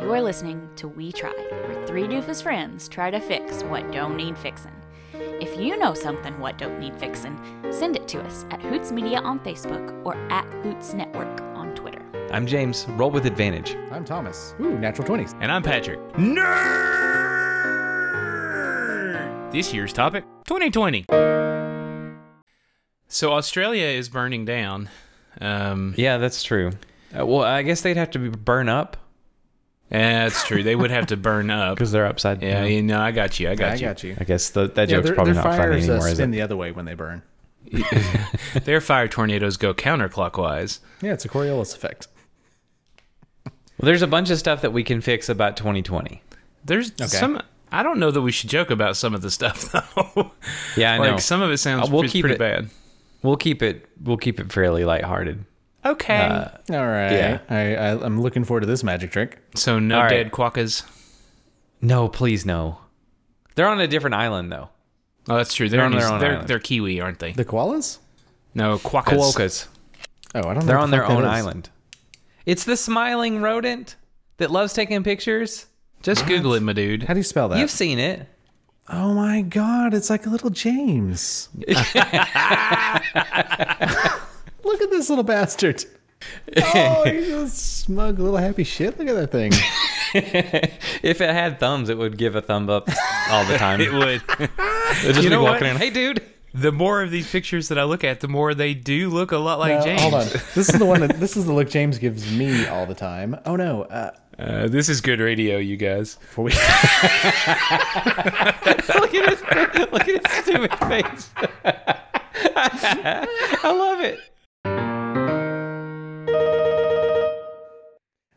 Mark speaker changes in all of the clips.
Speaker 1: You're listening to We Tried, where three doofus friends try to fix what don't need fixin'. If you know something what don't need fixin', send it to us at Hoots Media on Facebook or at Hoots Network on Twitter.
Speaker 2: I'm James. Roll with advantage.
Speaker 3: I'm Thomas. Ooh, natural 20s.
Speaker 4: And I'm Patrick. Nerd! This year's topic 2020. So, Australia is burning down. Um,
Speaker 2: Yeah, that's true. Uh, well, I guess they'd have to be burn up
Speaker 4: yeah, that's true. They would have to burn up.
Speaker 2: because they're upside
Speaker 4: Yeah,
Speaker 2: down.
Speaker 4: you know, I got you. I got
Speaker 3: I
Speaker 4: you.
Speaker 3: got you.
Speaker 2: I guess the, that
Speaker 3: Yeah,
Speaker 2: joke's
Speaker 3: their,
Speaker 2: probably
Speaker 3: their
Speaker 2: not funny
Speaker 3: fires uh,
Speaker 2: anymore, is
Speaker 3: spin
Speaker 2: it?
Speaker 3: the other way when they burn.
Speaker 4: Their fire tornadoes go counterclockwise.
Speaker 3: Yeah, it's a Coriolis effect.
Speaker 2: Well, there's a bunch of stuff that we can fix about 2020.
Speaker 4: There's some. I don't know that we should joke about some of the stuff though.
Speaker 2: Yeah, I
Speaker 4: like
Speaker 2: know.
Speaker 4: some of it sounds
Speaker 2: Uh, we'll
Speaker 4: pretty,
Speaker 2: keep
Speaker 4: pretty
Speaker 2: it-
Speaker 4: bad.
Speaker 2: we'll keep it. We'll keep it fairly lighthearted.
Speaker 4: Okay.
Speaker 3: Uh, All right.
Speaker 2: Yeah.
Speaker 3: I, I, I'm looking forward to this magic trick.
Speaker 4: so no
Speaker 2: all right.
Speaker 4: dead quokkas.
Speaker 2: No, please, no. They're on a different island though.
Speaker 4: Oh, that's true. They're,
Speaker 2: on
Speaker 4: on
Speaker 2: their own
Speaker 4: they're,
Speaker 2: island.
Speaker 4: they're Kiwi, aren't they?
Speaker 3: The koalas?
Speaker 4: No, quokkas.
Speaker 2: Koalas.
Speaker 3: Oh, I don't know.
Speaker 2: They're
Speaker 3: what
Speaker 2: on
Speaker 3: the
Speaker 2: their
Speaker 3: fuck that
Speaker 2: own
Speaker 3: is.
Speaker 2: island. It's the smiling rodent that loves taking pictures.
Speaker 4: Just Google it, my dude.
Speaker 3: How do you spell that?
Speaker 2: You've seen it.
Speaker 3: oh my god, it's like a little James. Look at this little bastard. Oh, he's a smug little happy shit. Look at that thing.
Speaker 2: If it had thumbs, it would give a thumb up all the time.
Speaker 4: It would.
Speaker 2: It'd just
Speaker 4: You
Speaker 2: be
Speaker 4: know
Speaker 2: walking
Speaker 4: what?
Speaker 2: around. Hey, dude.
Speaker 4: the more of these pictures that I look at, the more they do look a lot like
Speaker 3: Uh,
Speaker 4: James.
Speaker 3: Hold on. This is the one that this is the look James gives me all the time. Oh no. Uh,
Speaker 4: Uh, this is good radio, you guys.
Speaker 3: before we
Speaker 2: Look at his, look at his stupid face. I love it.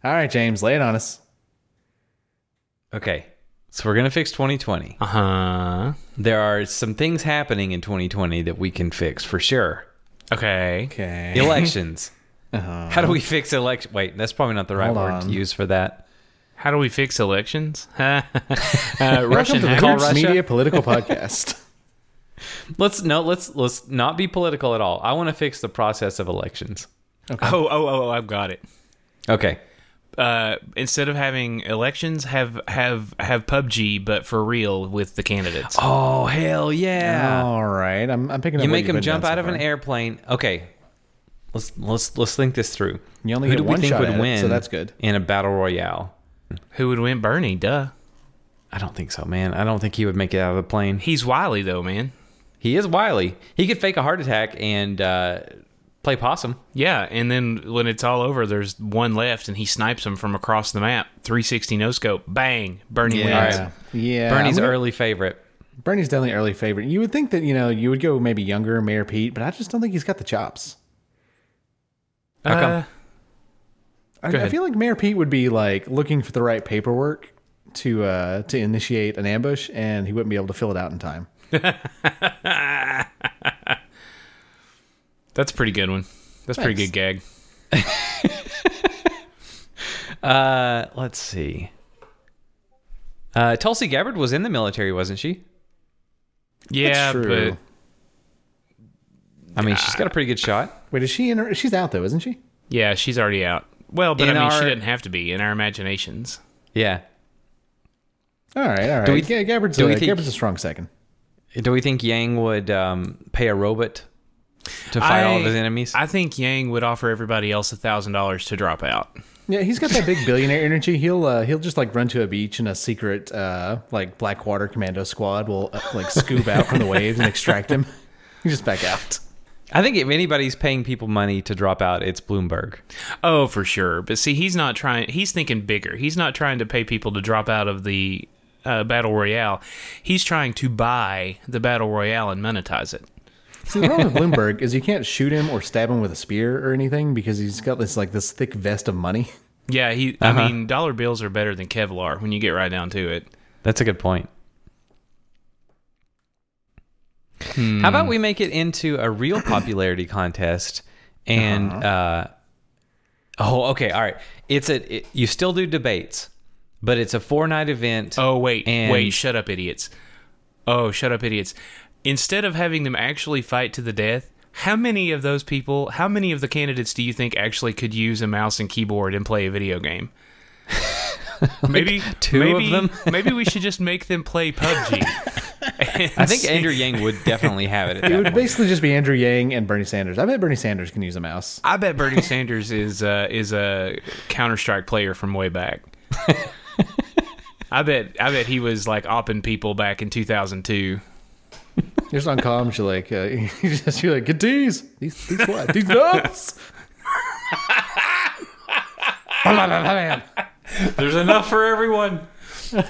Speaker 3: All right, James, lay it on us.
Speaker 2: Okay. So we're going to fix 2020.
Speaker 4: Uh huh.
Speaker 2: There are some things happening in 2020 that we can fix for sure.
Speaker 4: Okay.
Speaker 3: Okay.
Speaker 2: Elections. How do we fix election? Wait, that's probably not the right
Speaker 3: Uh-huh. Hold
Speaker 2: word
Speaker 3: on.
Speaker 2: to use for that.
Speaker 4: How do we fix elections? uh, Russian
Speaker 3: Welcome to the
Speaker 4: hackers.
Speaker 2: Call
Speaker 3: Hoots
Speaker 2: Russia?
Speaker 3: Media Political Podcast.
Speaker 2: Let's no, let's let's not be political at all. I want to fix the process of elections.
Speaker 4: Oh, oh, oh, oh, I've got it.
Speaker 2: Okay.
Speaker 4: Uh, instead of having elections, have have have PUBG, but for real with the candidates.
Speaker 2: Oh hell yeah!
Speaker 3: All right, I'm, I'm picking.
Speaker 2: Oh, you
Speaker 3: up what
Speaker 2: make
Speaker 3: you've
Speaker 2: them
Speaker 3: written
Speaker 2: jump
Speaker 3: down so
Speaker 2: out of an
Speaker 3: far.
Speaker 2: airplane. Okay. Let's let's let's think this through.
Speaker 3: You only
Speaker 2: Who do
Speaker 3: get one
Speaker 2: we think
Speaker 3: shot
Speaker 2: would
Speaker 3: at it,
Speaker 2: win?
Speaker 3: so that's good.
Speaker 2: In a battle royale.
Speaker 4: Who would win? Bernie, duh.
Speaker 2: I don't think so, man. I don't think he would make it out of the plane.
Speaker 4: He's wily though, man.
Speaker 2: He is wily. He could fake a heart attack and uh, play possum.
Speaker 4: Yeah, and then when it's all over, there's one left, and he snipes him from across the map. 360 no scope, bang! Bernie
Speaker 2: Yeah.
Speaker 4: wins.
Speaker 2: All right.
Speaker 3: Yeah,
Speaker 2: Bernie's
Speaker 3: I'm gonna-
Speaker 2: early favorite.
Speaker 3: Bernie's definitely early favorite. You would think that you know you would go maybe younger Mayor Pete, but I just don't think he's got the chops.
Speaker 2: How come?
Speaker 4: Uh,
Speaker 3: I,
Speaker 4: Go
Speaker 3: I
Speaker 4: ahead.
Speaker 3: feel like Mayor Pete would be like looking for the right paperwork to uh, to initiate an ambush, and he wouldn't be able to fill it out in time.
Speaker 4: that's a pretty good one. That's a pretty
Speaker 3: Thanks.
Speaker 4: good gag.
Speaker 2: Uh, let's see. Uh, Tulsi Gabbard was in the military, wasn't she?
Speaker 4: Yeah,
Speaker 3: true.
Speaker 4: but
Speaker 2: I mean, she's got a pretty good shot.
Speaker 3: Wait, is she in? Her, she's out though, isn't she?
Speaker 4: yeah, she's already out. Well, but
Speaker 2: In
Speaker 4: I mean, she
Speaker 2: our-
Speaker 4: didn't have to be in our imaginations.
Speaker 2: Yeah.
Speaker 3: All right, all right.
Speaker 2: Do we-
Speaker 3: yeah, Gabbard's,
Speaker 2: do
Speaker 3: a,
Speaker 2: we think-
Speaker 3: Gabbard's a strong second.
Speaker 2: Do we think Yang would um, pay a robot to fight all of his enemies?
Speaker 4: I think Yang would offer everybody else a thousand dollars to drop out.
Speaker 3: Yeah, he's got that big billionaire energy. He'll uh, he'll just like run to a beach and a secret uh, like Blackwater commando squad will uh, like scoop out from the waves and extract him. He's just back out.
Speaker 2: I think if anybody's paying people money to drop out, it's Bloomberg.
Speaker 4: Oh, for sure. But see, he's not trying. He's thinking bigger. He's not trying to pay people to drop out of the uh, battle royale. He's trying to buy the battle royale and monetize it.
Speaker 3: See, the problem with Bloomberg is you can't shoot him or stab him with a spear or anything because he's got this like this thick vest of money.
Speaker 4: Yeah, he. I mean, dollar bills are better than Kevlar when you get right down to it.
Speaker 2: That's a good point.
Speaker 4: Hmm.
Speaker 2: How about we make it into a real popularity contest and
Speaker 4: Uh-huh.
Speaker 2: uh oh okay all right it's a it, you still do debates but it's a four night event
Speaker 4: Oh wait,
Speaker 2: And-
Speaker 4: wait, shut up, idiots. Oh, shut up, idiots. Instead of having them actually fight to the death, how many of those people, how many of the candidates do you think actually could use a mouse and keyboard and play a video game? Maybe
Speaker 2: two of
Speaker 4: maybe,
Speaker 2: them?
Speaker 4: maybe we should just make them play PUBG.
Speaker 2: I think Andrew Yang would definitely have it. At
Speaker 3: It
Speaker 2: that
Speaker 3: would
Speaker 2: point.
Speaker 3: basically just be Andrew Yang and Bernie Sanders. I bet Bernie Sanders can use a mouse.
Speaker 4: I bet Bernie Sanders is uh, is a Counter Strike player from way back. I bet I bet he was like opping people back in 2002.
Speaker 3: There's on comms, you're like, uh, you just you're like, get these, these, these what? These nuts.
Speaker 2: There's enough for everyone.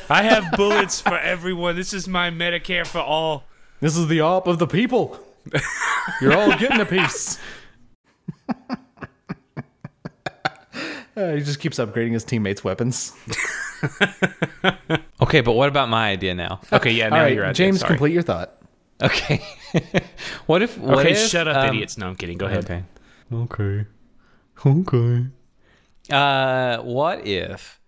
Speaker 4: I have bullets for everyone. This is my Medicare for all.
Speaker 3: This is the op of the people. You're all getting a piece. Uh, he just keeps upgrading his teammates' weapons.
Speaker 2: Okay, but what about my idea now?
Speaker 4: Okay, yeah, now
Speaker 3: all right,
Speaker 4: you're right.
Speaker 3: James,
Speaker 4: there. Sorry.
Speaker 3: complete your thought.
Speaker 2: Okay. what if? What
Speaker 4: Okay,
Speaker 2: if,
Speaker 4: shut up,
Speaker 2: um,
Speaker 4: idiots. No, I'm kidding. Go ahead.
Speaker 2: Okay. Okay. Okay. Uh, what if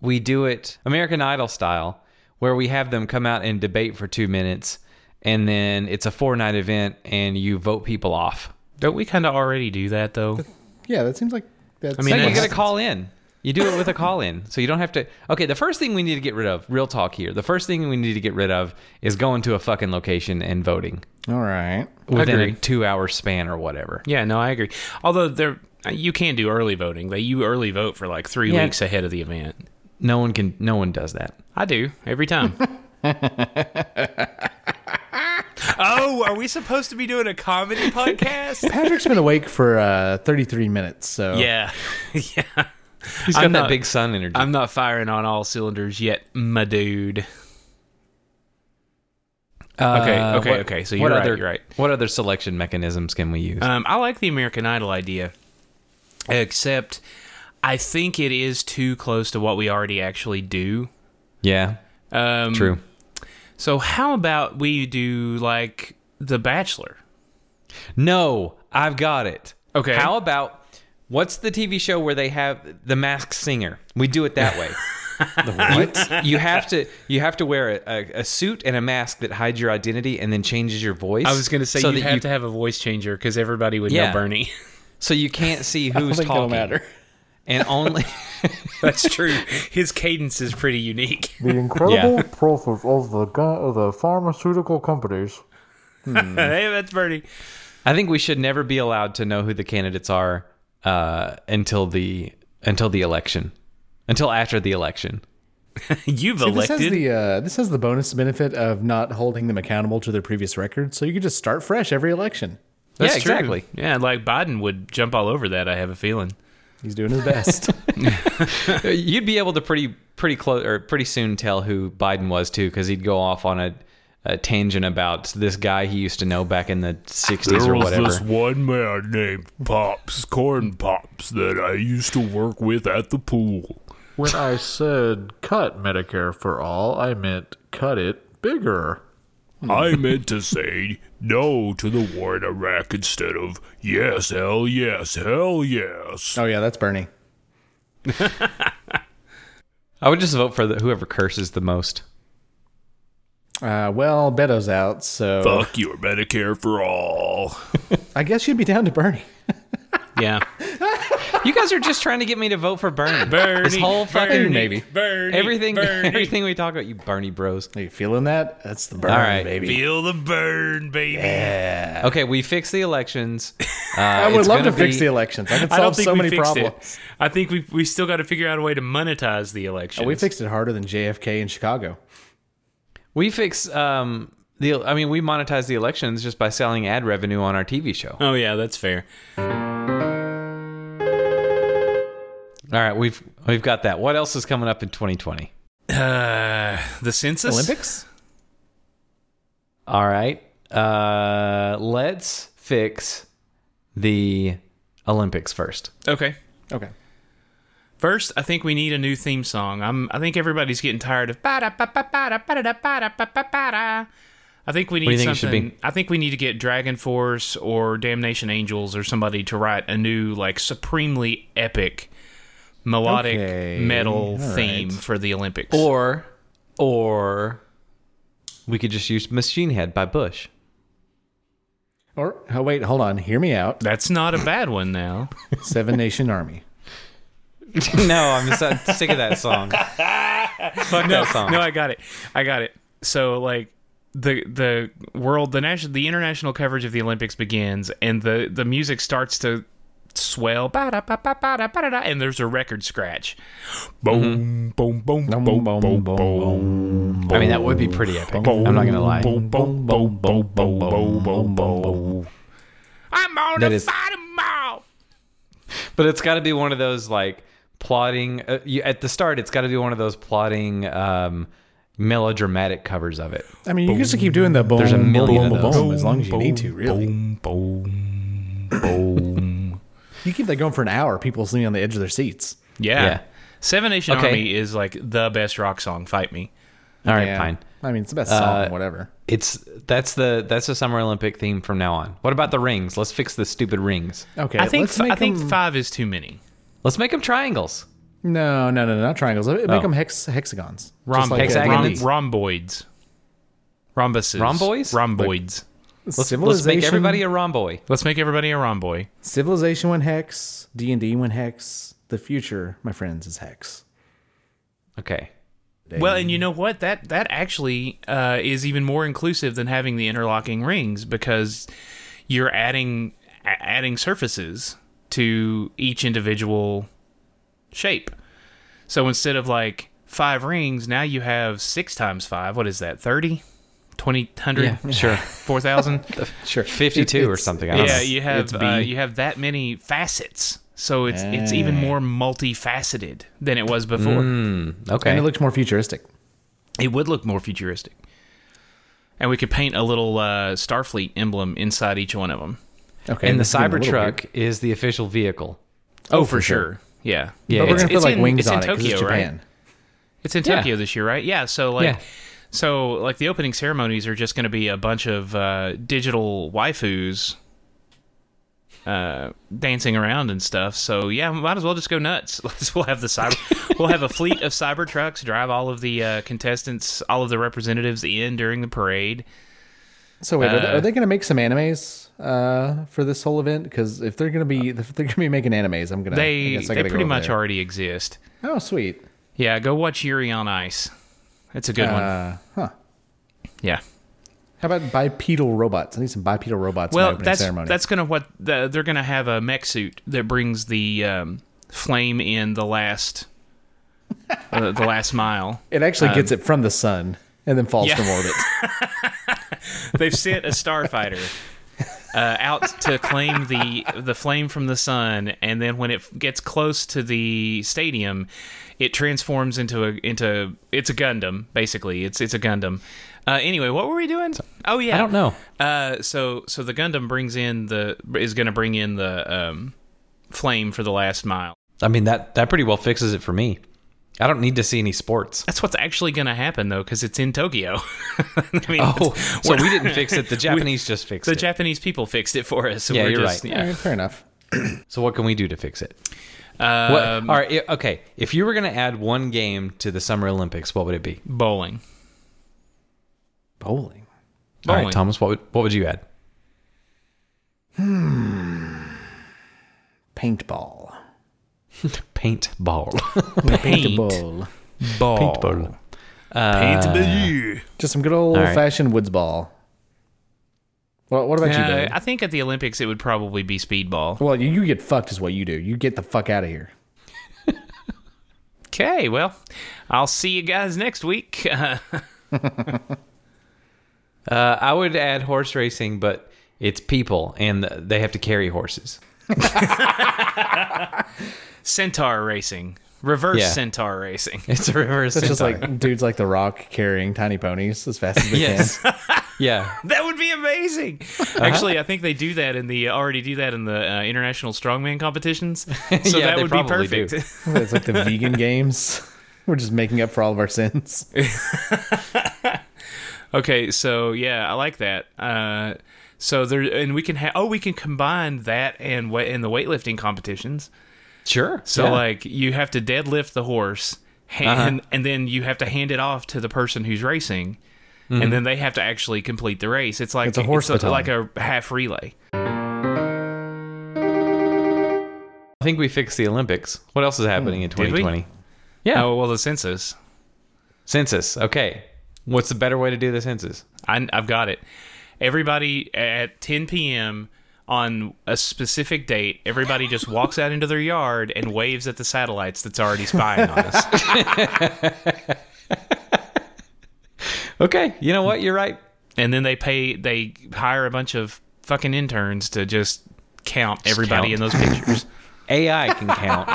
Speaker 2: we do it American Idol style, where we have them come out and debate for two minutes, and then it's a four night event, and you vote people off.
Speaker 4: Don't we kind of already do that though?
Speaker 3: Yeah, that seems like that's.
Speaker 4: I
Speaker 2: No,
Speaker 4: mean,
Speaker 2: you got
Speaker 4: that's-
Speaker 2: to call in. You do it with a call in, so you don't have to. Okay, the first thing we need to get rid of, real talk here. The first thing we need to get rid of is going to a fucking location and voting
Speaker 3: all right.
Speaker 2: within a
Speaker 4: Agreed.
Speaker 2: two hour span or whatever.
Speaker 4: Yeah, no, I agree. Although there, you can do early voting. Like you early vote for like three
Speaker 2: Yeah.
Speaker 4: weeks ahead of the event.
Speaker 2: No one can. No one does that.
Speaker 4: I do every time. oh, are we supposed to be doing a comedy podcast?
Speaker 3: Patrick's been awake for uh, 33 minutes, so
Speaker 4: yeah, yeah.
Speaker 2: He's got
Speaker 4: I'm
Speaker 2: that
Speaker 4: not-
Speaker 2: big sun energy.
Speaker 4: I'm not firing on all cylinders yet, my dude. Okay,
Speaker 2: Uh,
Speaker 4: okay, okay, so you're
Speaker 2: what
Speaker 4: right,
Speaker 2: Other,
Speaker 4: you're right.
Speaker 2: What other selection mechanisms can we use?
Speaker 4: Um, I like the American Idol idea, except I think it is too close to what we already actually do.
Speaker 2: yeah,
Speaker 4: Um,
Speaker 2: true.
Speaker 4: So how about we do like The Bachelor?
Speaker 2: No, I've got it.
Speaker 4: Okay.
Speaker 2: How about what's the TV show where they have the masked singer? We do it that way. You, you have to you have to wear a, a, a suit and a mask that hides your identity and then changes your voice.
Speaker 4: I was going to say
Speaker 2: so
Speaker 4: you
Speaker 2: that
Speaker 4: have to have a voice changer because everybody would
Speaker 2: Yeah.
Speaker 4: know Bernie.
Speaker 2: so you can't see who's
Speaker 3: think it'll
Speaker 2: talking.
Speaker 3: matter.
Speaker 2: And only
Speaker 4: That's true. His cadence is pretty unique.
Speaker 5: The incredible
Speaker 2: Yeah.
Speaker 5: profit of the gu- of the pharmaceutical companies.
Speaker 3: Mm-hmm.
Speaker 4: hey, that's Bernie.
Speaker 2: I think we should never be allowed to know who the candidates are uh, until the until the election, until after the election.
Speaker 4: You've
Speaker 3: This has
Speaker 4: elected.
Speaker 3: the uh, this has the bonus benefit of not holding them accountable to their previous record, so you could just start fresh every election.
Speaker 4: That's
Speaker 2: yeah,
Speaker 4: true.
Speaker 2: exactly.
Speaker 4: Yeah, like Biden would jump all over that. I have a feeling.
Speaker 3: He's doing his best.
Speaker 2: You'd be able to pretty pretty close or pretty soon tell who Biden was too, because he'd go off on a, a tangent about this guy he used to know back in the '60s or whatever.
Speaker 6: one man named Pops, Corn Pops, that I used to work with at the pool.
Speaker 5: When I said cut Medicare for all, I meant cut it bigger.
Speaker 6: I meant to say no to the war in Iraq instead of yes, hell yes, hell yes.
Speaker 3: oh yeah, that's Bernie.
Speaker 2: I would just vote for the, whoever curses the most.
Speaker 3: Uh, well, Beto's out, so
Speaker 6: Fuck your Medicare for all.
Speaker 3: I guess you'd be down to Bernie.
Speaker 4: Yeah,
Speaker 2: You guys are just trying to get me to vote for Bernie.
Speaker 4: Bernie.
Speaker 2: this whole fucking
Speaker 4: Bernie,
Speaker 3: maybe.
Speaker 4: Bernie.
Speaker 2: everything
Speaker 4: Bernie.
Speaker 2: everything we talk about, you Bernie bros.
Speaker 3: Are you feeling that? That's the Bernie,
Speaker 2: All right.
Speaker 3: baby.
Speaker 4: Feel the burn, baby.
Speaker 2: Okay, we fix the elections. Uh,
Speaker 3: I would love to fix the elections. I could
Speaker 4: I don't
Speaker 3: solve
Speaker 4: think
Speaker 3: so
Speaker 4: we
Speaker 3: many
Speaker 4: fixed
Speaker 3: problems.
Speaker 4: it. I think we we still got to figure out a way to monetize the election.
Speaker 3: Oh, we fixed it harder than JFK in Chicago.
Speaker 2: We fix um the I mean we monetize the elections just by selling ad revenue on our TV show.
Speaker 4: Oh yeah, that's fair.
Speaker 2: All right, we've we've got that. What else is coming up in 2020?
Speaker 4: Uh, the census.
Speaker 3: Olympics?
Speaker 2: All right. Uh let's fix the Olympics first.
Speaker 4: Okay.
Speaker 3: Okay.
Speaker 4: First, I think we need a new theme song. I'm, I think everybody's getting tired of. ba-da-ba-ba-ba-da-ba-da-ba-da-ba-da-ba-da. I think we need
Speaker 2: do you think it should
Speaker 4: something.
Speaker 2: be?
Speaker 4: I think we need to get Dragon Force or Damnation Angels or somebody to write a new, like, supremely epic melodic
Speaker 3: Okay,
Speaker 4: metal
Speaker 3: all right.
Speaker 4: theme for the Olympics.
Speaker 2: Or or we could just use Machine Head by Bush.
Speaker 3: Or oh wait, hold on. Hear me out.
Speaker 4: That's not a bad one now.
Speaker 3: Seven Nation Army.
Speaker 2: no, I'm so sick of that song. Fuck that song.
Speaker 4: No, I got it. I got it. So like the the world the national the international coverage of the Olympics begins and the the music starts to swell ba-da-ba-ba-ba-da-ba-da-da, and there's a record scratch. Boom boom boom boom boom boom boom.
Speaker 2: I mean, that would be pretty epic. I'm not gonna lie.
Speaker 4: Boom boom boom boom boom boom boom boom. I'm on
Speaker 2: That
Speaker 4: to
Speaker 2: is-
Speaker 4: fight 'em all.
Speaker 2: But it's got to be one of those like plotting. Uh, you, at the start, it's got to be one of those plotting um, melodramatic covers of it.
Speaker 3: I mean, you can just keep doing the boom. There's
Speaker 2: a million of
Speaker 3: boom, boom,
Speaker 2: those.
Speaker 3: boom, as long as you need to.
Speaker 4: Boom,
Speaker 3: Really,
Speaker 4: Boom boom boom.
Speaker 3: you keep that going for an hour. People sitting on the edge of their seats.
Speaker 4: Yeah.
Speaker 2: Yeah.
Speaker 4: Seven Nation
Speaker 2: Okay.
Speaker 4: Army is like the best rock song. Fight me.
Speaker 2: All right,
Speaker 3: Yeah.
Speaker 2: fine.
Speaker 3: I mean, it's the best
Speaker 2: Uh,
Speaker 3: song, whatever.
Speaker 2: It's that's the that's the Summer Olympic theme from now on. What about the rings? Let's fix the stupid rings.
Speaker 3: Okay,
Speaker 4: I think
Speaker 3: let's
Speaker 4: f-
Speaker 3: make
Speaker 4: I think
Speaker 3: them-
Speaker 4: five is too many.
Speaker 2: Let's make them triangles.
Speaker 3: No, no, no, no, not triangles. Make
Speaker 2: Oh.
Speaker 3: them hex, hexagons.
Speaker 4: Rhomb-
Speaker 3: Just like, uh,
Speaker 2: Hexagon?
Speaker 3: Randy.
Speaker 2: Rhomb-
Speaker 4: rhomboids. Rhombuses.
Speaker 2: Rhomboids?
Speaker 4: Rhomboids.
Speaker 2: Let's, let's make everybody a rhomboid.
Speaker 4: Let's make everybody a rhomboid.
Speaker 3: Civilization went hex. D and D went hex. The future, my friends, is hex.
Speaker 2: Okay.
Speaker 4: Well, and you know what? That that actually uh, is even more inclusive than having the interlocking rings because you're adding a- adding surfaces to each individual shape. So instead of like five rings, now you have six times five. What is that? 30? 20, 100?
Speaker 2: Yeah, sure.
Speaker 4: 4,000?
Speaker 3: Sure,
Speaker 2: 52 or something. I don't
Speaker 4: yeah,
Speaker 2: know.
Speaker 4: you
Speaker 3: it's
Speaker 4: have
Speaker 3: B.
Speaker 4: uh, you have that many facets. So it's it's even more multifaceted than it was before.
Speaker 2: Okay.
Speaker 3: And it looked more futuristic.
Speaker 4: It would look more futuristic. And we could paint a little uh, Starfleet emblem inside each one of them.
Speaker 3: Okay,
Speaker 2: and the
Speaker 3: this is getting a little weird.
Speaker 2: Cybertruck is the official vehicle.
Speaker 4: Oh, for sure. Yeah.
Speaker 2: Yeah,
Speaker 3: But we're
Speaker 2: it's-
Speaker 3: gonna put
Speaker 4: it's
Speaker 3: like
Speaker 4: in-
Speaker 3: wings
Speaker 4: it's in
Speaker 3: on it 'cause it's
Speaker 4: Tokyo, right?
Speaker 3: Japan.
Speaker 4: It's in
Speaker 2: Yeah.
Speaker 4: Tokyo this year, right? Yeah. So like,
Speaker 2: Yeah.
Speaker 4: so like the opening ceremonies are just going to be a bunch of uh, digital waifus uh, dancing around and stuff. So yeah, might as well just go nuts. Let's- we'll have the cyber, we'll have a fleet of cyber trucks drive all of the uh, contestants, all of the representatives in during the parade.
Speaker 3: So wait, are they,
Speaker 4: Uh,
Speaker 3: are they going to make some animes uh, for this whole event? Because if they're going to be, if they're going to be making animes, I'm going to.
Speaker 4: They
Speaker 3: I guess I
Speaker 4: they
Speaker 3: gotta go
Speaker 4: pretty
Speaker 3: over
Speaker 4: much
Speaker 3: there.
Speaker 4: already exist.
Speaker 3: Oh, sweet.
Speaker 4: Yeah, go watch Yuri on Ice. It's a good one.
Speaker 3: Uh, huh.
Speaker 4: Yeah.
Speaker 3: How about bipedal robots? I need some bipedal robots. in my
Speaker 4: Well,
Speaker 3: opening
Speaker 4: that's
Speaker 3: ceremony.
Speaker 4: that's gonna what the, they're gonna have a mech suit that brings the um, flame in the last uh, the last mile.
Speaker 3: it. Actually, gets it from the sun and then falls
Speaker 4: um, yeah.
Speaker 3: from orbit.
Speaker 4: They've sent a starfighter uh, out to claim the the flame from the sun, and then when it gets close to the stadium, it transforms into a into it's a Gundam basically. It's it's a Gundam. Uh, anyway, what were we doing? Oh yeah,
Speaker 2: I don't know.
Speaker 4: Uh, so so the Gundam brings in the is going to bring in the um, flame for the last mile.
Speaker 2: I mean, that, that pretty well fixes it for me. I don't need to see any sports.
Speaker 4: That's what's actually going to happen though, because it's in Tokyo. I mean,
Speaker 2: Oh,
Speaker 4: it's-
Speaker 2: so
Speaker 4: we're-
Speaker 2: we didn't fix it. The Japanese just fixed
Speaker 4: the
Speaker 2: it.
Speaker 4: Japanese people fixed it for us. So
Speaker 2: Yeah,
Speaker 4: we're
Speaker 2: you're
Speaker 4: just,
Speaker 2: right.
Speaker 3: All
Speaker 4: Yeah.
Speaker 3: right, fair enough.
Speaker 2: so what can we do to fix it? What,
Speaker 4: Um,
Speaker 2: all right. i- Okay. If you were going to add one game to the Summer Olympics, what would it be?
Speaker 4: Bowling.
Speaker 3: Bowling.
Speaker 2: All
Speaker 4: Bowling.
Speaker 2: right, Thomas, what would, what would you add?
Speaker 3: Paintball.
Speaker 2: Paintball.
Speaker 4: Paint.
Speaker 3: Paintball.
Speaker 4: Ball.
Speaker 6: Paint the year.
Speaker 3: Just some good old
Speaker 2: All right.
Speaker 3: fashioned woods ball. Well, what about you,
Speaker 4: Uh,
Speaker 3: Dave?
Speaker 4: I think at the Olympics it would probably be speedball.
Speaker 3: Well, you, you get fucked is what you do. You get the fuck out of here.
Speaker 4: Okay, well, I'll see you guys next week.
Speaker 2: Uh, I would add horse racing, but it's people and they have to carry horses.
Speaker 4: centaur racing, reverse
Speaker 2: Yeah.
Speaker 4: centaur racing.
Speaker 2: It's a reverse.
Speaker 3: It's just
Speaker 2: centaur.
Speaker 3: like dudes like The Rock carrying tiny ponies as fast as they
Speaker 2: yes. yeah.
Speaker 4: That would be amazing.
Speaker 2: Uh-huh.
Speaker 4: Actually, I think they do that in the already do that in the uh, international strongman competitions. So
Speaker 2: Yeah,
Speaker 4: that
Speaker 2: they
Speaker 4: would be
Speaker 2: probably do.
Speaker 4: perfect.
Speaker 3: can. It's like the vegan games. We're just making up for all of our sins.
Speaker 4: okay, so yeah, I like that. Uh, so there, and we can have oh, we can combine that and what in the weightlifting competitions.
Speaker 2: Sure.
Speaker 4: So
Speaker 2: Yeah. Uh-huh.
Speaker 4: like you have to deadlift the horse, hand, and then you have to hand it off to the person who's racing,
Speaker 2: Mm-hmm.
Speaker 4: and then they have to actually complete the race. It's like
Speaker 3: It's a horse baton.
Speaker 4: like a half relay.
Speaker 2: I think we fixed the Olympics. What else is happening in
Speaker 4: we?
Speaker 2: 2020? Yeah.
Speaker 4: Oh well, the census.
Speaker 2: Census. Okay. What's the better way to do the census?
Speaker 4: I, I've got it. Everybody at 10 p.m. on a specific date, everybody just walks out into their yard and waves at the satellites that's already spying on us.
Speaker 2: Okay. You know what? You're right.
Speaker 4: And then they pay, they hire a bunch of fucking interns to just count
Speaker 2: count.
Speaker 4: everybody in those pictures.
Speaker 2: AI can count.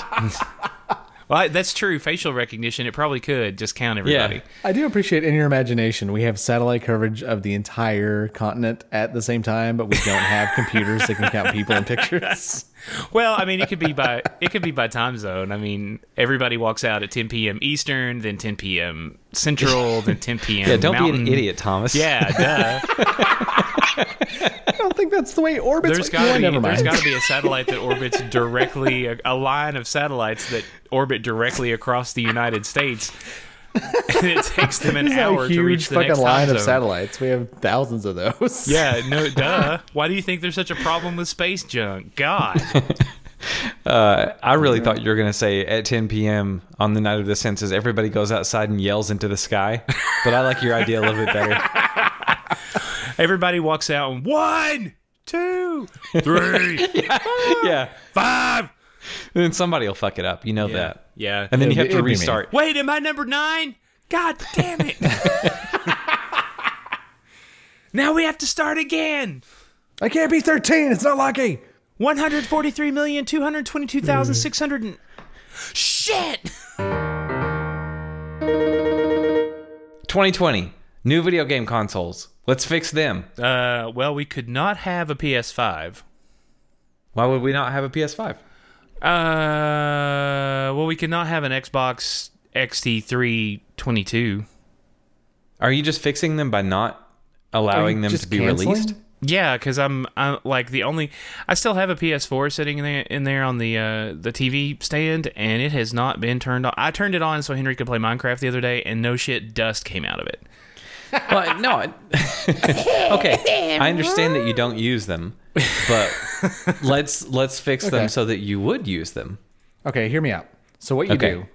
Speaker 4: well, I- that's true. Facial recognition, it probably could just count everybody.
Speaker 2: Yeah.
Speaker 3: I do appreciate in your imagination we have satellite coverage of the entire continent at the same time, but we don't have computers that can count people in pictures.
Speaker 4: Well, I mean, it could be by it could be by time zone. I mean, everybody walks out at 10 p.m. Eastern, then 10 p.m. Central, then 10 p.m.
Speaker 2: Yeah, don't be
Speaker 4: Mountain.
Speaker 2: an idiot, Thomas.
Speaker 4: Yeah, duh.
Speaker 3: I don't think that's the way orbits.
Speaker 4: There's
Speaker 3: work. Yeah,
Speaker 4: got to be
Speaker 3: never mind.
Speaker 4: there's got to be a satellite that orbits directly a, a line of satellites that orbit directly across the United States. and it takes them an
Speaker 3: This is
Speaker 4: hour
Speaker 3: a
Speaker 4: to
Speaker 3: huge
Speaker 4: reach the
Speaker 3: fucking
Speaker 4: next
Speaker 3: line
Speaker 4: time
Speaker 3: of
Speaker 4: zone.
Speaker 3: satellites. We have thousands of those.
Speaker 4: Yeah, no, duh. Why do you think there's such a problem with space junk? God,
Speaker 2: I really thought you were going to say at 10 p.m. on the night of the census, everybody goes outside and yells into the sky. But I like your idea a little bit better.
Speaker 4: everybody walks out and one, two,
Speaker 6: Three,
Speaker 2: yeah.
Speaker 6: five.
Speaker 2: Then somebody will fuck it up. You know that.
Speaker 4: yeah.
Speaker 2: And then you
Speaker 3: It'd
Speaker 2: have
Speaker 3: be-
Speaker 2: to
Speaker 3: it'd be me.
Speaker 2: restart.
Speaker 4: Wait, am I number nine? God damn it! now we have to start again.
Speaker 3: I can't be 13. It's not lucky.
Speaker 4: One hundred forty-three million two hundred twenty-two thousand six hundred and shit.
Speaker 2: 2020, new video game consoles. Let's fix them.
Speaker 4: Uh, well, we could not have a PS5.
Speaker 2: Why would we not have a PS5?
Speaker 4: Uh, well, we could not have an Xbox XT3 22.
Speaker 2: Are you just fixing them by not allowing them
Speaker 3: just
Speaker 2: to be
Speaker 3: canceling?
Speaker 2: released?
Speaker 4: Yeah, because I'm I'm like the only I still have a PS4 sitting in there in there on the uh, the TV stand, and it has not been turned on. I turned it on so Henry could play Minecraft the other day, and no shit, dust came out of it.
Speaker 2: Well, no. I- okay, I understand that you don't use them, but let's let's fix
Speaker 3: Okay.
Speaker 2: them so that you would use them.
Speaker 3: Okay, hear me out. So what you
Speaker 2: Okay.
Speaker 3: do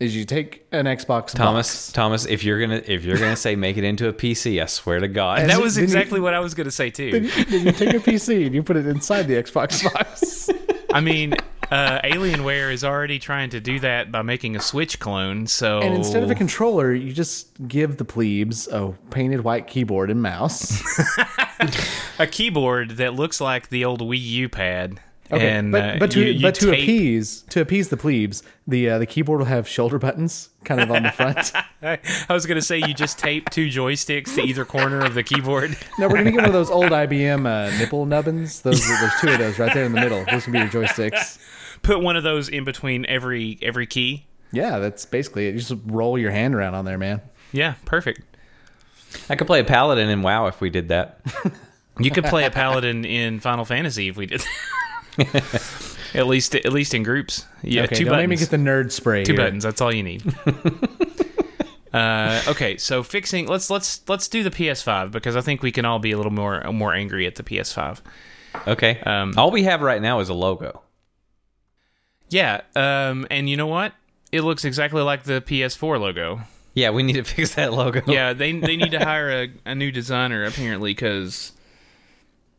Speaker 3: is you take an Xbox
Speaker 2: Thomas, Thomas, if you're gonna if you're gonna say make it into a PC, I swear to God,
Speaker 3: And
Speaker 4: That
Speaker 3: so
Speaker 4: was
Speaker 3: then you-
Speaker 4: exactly what I was gonna say too.
Speaker 3: box. Then you take a PC and you put it inside the Xbox box.
Speaker 4: I mean, uh, Alienware is already trying to do that by making a Switch clone. So
Speaker 3: And instead
Speaker 4: Oh.
Speaker 3: of a controller, you just give the plebes a painted white keyboard and mouse.
Speaker 4: a keyboard that looks like the old Wii U pad. and
Speaker 3: but,
Speaker 4: uh,
Speaker 3: but to
Speaker 4: you- you
Speaker 3: but to
Speaker 4: tape-
Speaker 3: appease to appease the plebes, the uh, the keyboard will have shoulder buttons kind of on the front.
Speaker 4: I was gonna say you just tape two joysticks to either corner of the keyboard.
Speaker 3: no, we're gonna get one of those old IBM uh, nipple nubbins. Those there's two of those right there in the middle. Those would be your joysticks.
Speaker 4: Put one of those in between every every key.
Speaker 3: Yeah, that's basically it. You just roll your hand around on there, man.
Speaker 4: Yeah, perfect.
Speaker 2: I could play a paladin in WoW if we did that.
Speaker 4: You could play a paladin in Final Fantasy if we did. at least at least in groups. Yeah,
Speaker 3: okay,
Speaker 4: 2
Speaker 3: don't
Speaker 4: buttons.
Speaker 3: make me get the nerd spray.
Speaker 4: two
Speaker 3: here.
Speaker 4: buttons. That's all you need. uh, okay, so fixing. Let's let's let's do the PS5 because I think we can all be a little more more angry at the PS5.
Speaker 2: Okay,
Speaker 4: Um,
Speaker 2: all we have right now is a logo.
Speaker 4: Yeah, um, and you know what? It looks exactly like the PS4 logo.
Speaker 2: Yeah, we need to fix that logo.
Speaker 3: Oh.
Speaker 4: Yeah, they they need to hire a, a new designer apparently because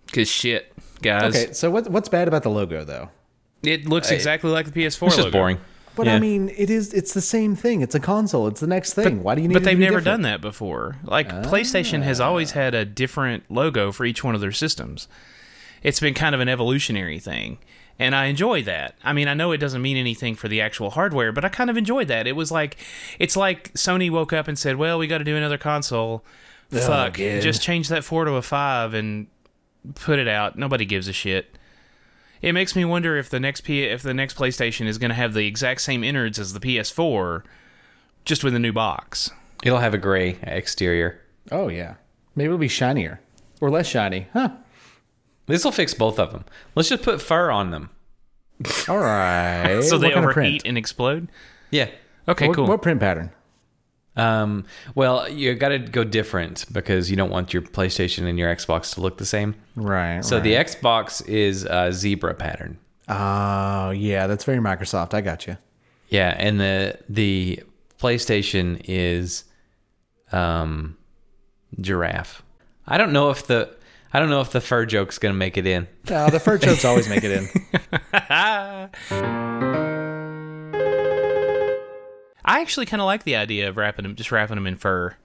Speaker 4: because shit, guys,
Speaker 3: Okay, so what, what's bad about the logo though?
Speaker 4: it looks exactly like the PS4
Speaker 2: it's just
Speaker 4: logo.
Speaker 2: boring.
Speaker 3: But
Speaker 2: Yeah.
Speaker 3: I mean, it is it's the same thing. It's a console. It's the next thing. Why do you need?
Speaker 4: But
Speaker 3: it
Speaker 4: they've
Speaker 3: to be
Speaker 4: never
Speaker 3: different? Ah.
Speaker 4: done that before. Like PlayStation has always had a different logo for each one of their systems. It's been kind of an evolutionary thing, and I enjoy that. I mean, I know it doesn't mean anything for the actual hardware, but I kind of enjoyed that. It was like it's like Sony woke up and said, "Well, we got to do another console.
Speaker 3: Oh,
Speaker 4: Fuck,
Speaker 3: again."
Speaker 4: just change that 4 to a 5 and put it out. Nobody gives a shit." It makes me wonder if the next P- if the next PlayStation is going to have the exact same innards as the PS4 just with a new box.
Speaker 2: It'll have a gray exterior.
Speaker 3: Oh yeah, maybe it'll be shinier or less shiny, huh?
Speaker 2: This will fix both of them. Let's just put fur on them.
Speaker 3: All right.
Speaker 4: so they
Speaker 3: what kind of
Speaker 4: overheat
Speaker 3: print?
Speaker 4: and explode.
Speaker 2: Yeah.
Speaker 4: Okay,
Speaker 3: What-
Speaker 4: cool.
Speaker 3: What print pattern?
Speaker 2: Um, well, you got to go different because you don't want your PlayStation and your Xbox to look the same.
Speaker 3: Right.
Speaker 2: So the Xbox is a zebra pattern,
Speaker 3: Oh, yeah, that's very Microsoft. I got you.
Speaker 2: Yeah, and the the PlayStation is um giraffe. I don't know if the I don't know if the fur joke's gonna make it in.
Speaker 3: Uh, the fur jokes always make it in.
Speaker 4: Ah. I actually kind of like the idea of wrapping them, just wrapping them in fur.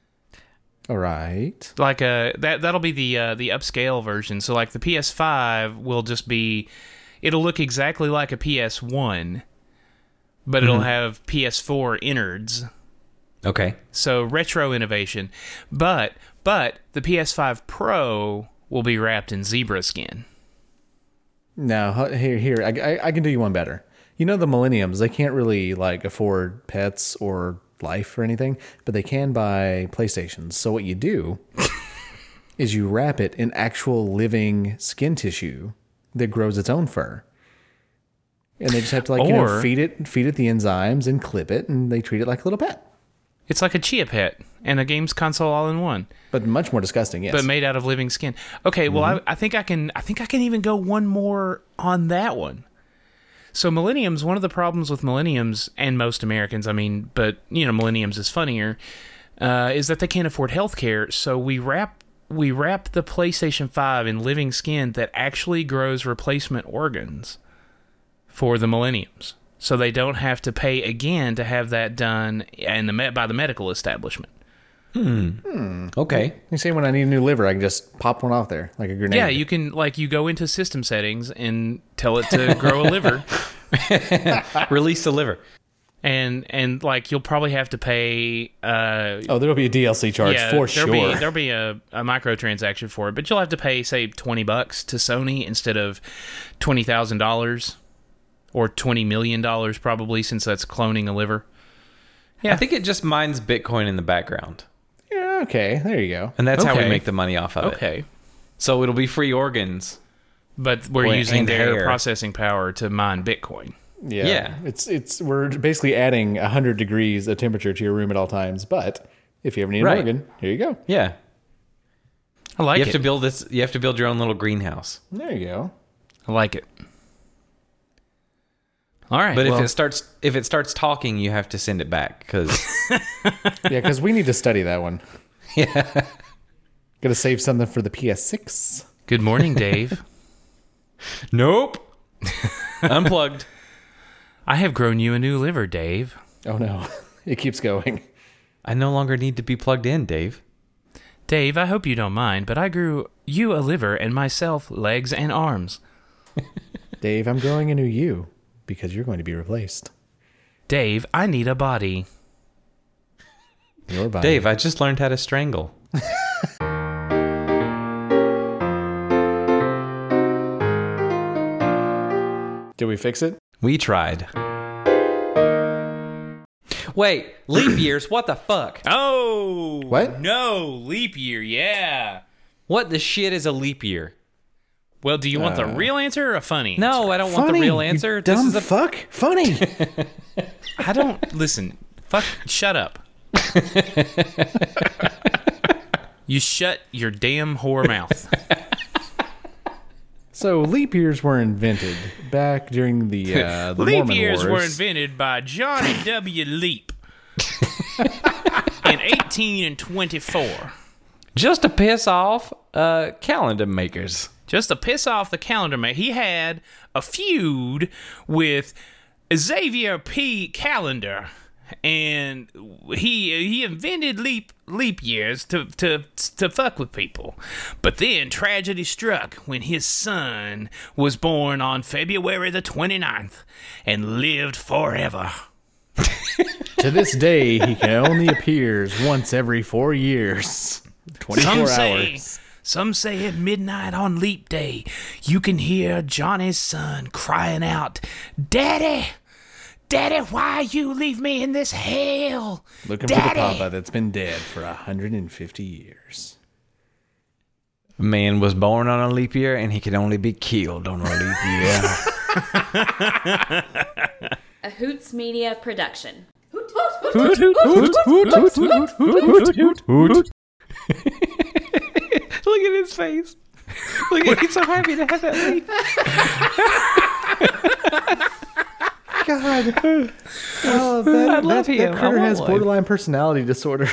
Speaker 3: All right.
Speaker 4: Like uh, that that'll be the uh, the upscale version. So like the PS5 will just be, it'll look exactly like a PS1, but
Speaker 3: Mm-hmm.
Speaker 4: it'll have PS4 innards.
Speaker 2: Okay.
Speaker 4: So retro innovation, but but the PS5 Pro will be wrapped in zebra skin.
Speaker 3: No, hu- here, here. I, I, I can do you one better. You know the Millenniums, they can't really like afford pets or life or anything, but they can buy PlayStations. So what you do is you wrap it in actual living skin tissue that grows its own fur. And they just have to like you know,
Speaker 4: Or-
Speaker 3: feed it feed it the enzymes and clip it and they treat it like a little pet.
Speaker 4: It's like a chia pet and a games console all in one.
Speaker 3: But much more disgusting, yes.
Speaker 4: but made out of living skin. Okay, well, I, I think I can. I think I can even go one more on that one. So millenniums. One of the problems with millenniums and most Americans, I mean, but you know, millenniums is funnier, uh, is that they can't afford health care. So we wrap we wrap the PlayStation Five in living skin that actually grows replacement organs for the millenniums. So they don't have to pay again to have that done in the med- by the medical establishment.
Speaker 2: Okay.
Speaker 3: you say when I need a new liver, I can just pop one off there like a grenade.
Speaker 4: Yeah, you can like you go into system settings and tell it to grow a liver,
Speaker 2: Release the liver.
Speaker 4: and and like you'll probably have to pay. Uh,
Speaker 3: Oh, there'll be a DLC charge
Speaker 4: yeah,
Speaker 3: for
Speaker 4: there'll
Speaker 3: sure.
Speaker 4: be there'll be a, a microtransaction for it, but you'll have to pay say twenty bucks to Sony instead of twenty thousand dollars or twenty million dollars probably since that's cloning a liver.
Speaker 2: I think it just mines Bitcoin in the background.
Speaker 3: yeah, okay, there you go.
Speaker 2: And that's how we
Speaker 4: Okay.
Speaker 2: make the money off of it.
Speaker 4: Okay,
Speaker 2: So it'll be free organs.
Speaker 4: but we're
Speaker 2: Well,
Speaker 4: using
Speaker 2: and
Speaker 4: their
Speaker 2: hair.
Speaker 4: processing power to mine Bitcoin.
Speaker 3: Yeah.
Speaker 2: Yeah.
Speaker 3: It's it's we're basically adding 100 degrees of temperature to your room at all times, but if you ever need an
Speaker 2: Right.
Speaker 3: organ, here you go.
Speaker 2: Yeah.
Speaker 4: I like
Speaker 2: You have
Speaker 4: it.
Speaker 2: to build this you have to build your own little greenhouse.
Speaker 3: There you go.
Speaker 4: I like it. All right,
Speaker 2: But
Speaker 4: well-
Speaker 2: if it starts if it starts talking, you have to send it back cuz
Speaker 3: Yeah, cuz we need to study that one. Yeah. Got to save something for the PS6.
Speaker 4: Good morning, Dave.
Speaker 2: nope. Unplugged.
Speaker 4: I have grown you a new liver, Dave.
Speaker 3: Oh no. It keeps going.
Speaker 2: I no longer need to be plugged in, Dave.
Speaker 4: Dave, I hope you don't mind, but I grew you a liver and myself legs and arms.
Speaker 3: Dave, I'm growing a new you because you're going to be replaced.
Speaker 4: Dave, I need a body.
Speaker 3: Your body.
Speaker 2: Dave, I just learned how to strangle.
Speaker 3: Did we fix it?
Speaker 2: We tried. Wait, leap years? What the fuck?
Speaker 4: Oh!
Speaker 3: What?
Speaker 4: No, leap year, yeah.
Speaker 2: What the shit is a leap year?
Speaker 4: Well, do you want
Speaker 3: Uh.
Speaker 4: the real answer or a funny?
Speaker 2: No, I don't want the real answer. This is a
Speaker 3: fuck. Funny.
Speaker 4: I don't. Listen, fuck, shut up. you shut your damn whore mouth.
Speaker 3: so leap years were invented back during the uh the
Speaker 4: Leap
Speaker 3: Mormon
Speaker 4: years
Speaker 3: Wars.
Speaker 4: were invented by Johnny W. Leap in 18 and 24,
Speaker 2: just to piss off uh, calendar makers.
Speaker 4: just to piss off the calendar man. He had a feud with Xavier P. Calendar, and he he invented leap leap years to to to fuck with people. But then tragedy struck when his son was born on February the 29th and lived forever.
Speaker 3: To this day, he can only appears once every four years. 24
Speaker 4: Some
Speaker 3: hours.
Speaker 4: say, some say at midnight on leap day, you can hear Johnny's son crying out, Daddy! Daddy, why you leave me in this hell?
Speaker 3: Looking for
Speaker 4: Daddy!
Speaker 3: the papa that's been dead for 150 years.
Speaker 2: Man was born on a leap year, and he could only be killed on a leap year.
Speaker 1: A Hoots Media production.
Speaker 2: Look at his face. Look at he's so happy to have that leaf.
Speaker 3: God. Oh, that,
Speaker 2: love
Speaker 3: that,
Speaker 2: you. I
Speaker 3: that critter
Speaker 2: want
Speaker 3: has
Speaker 2: one.
Speaker 3: Oh, borderline personality disorder.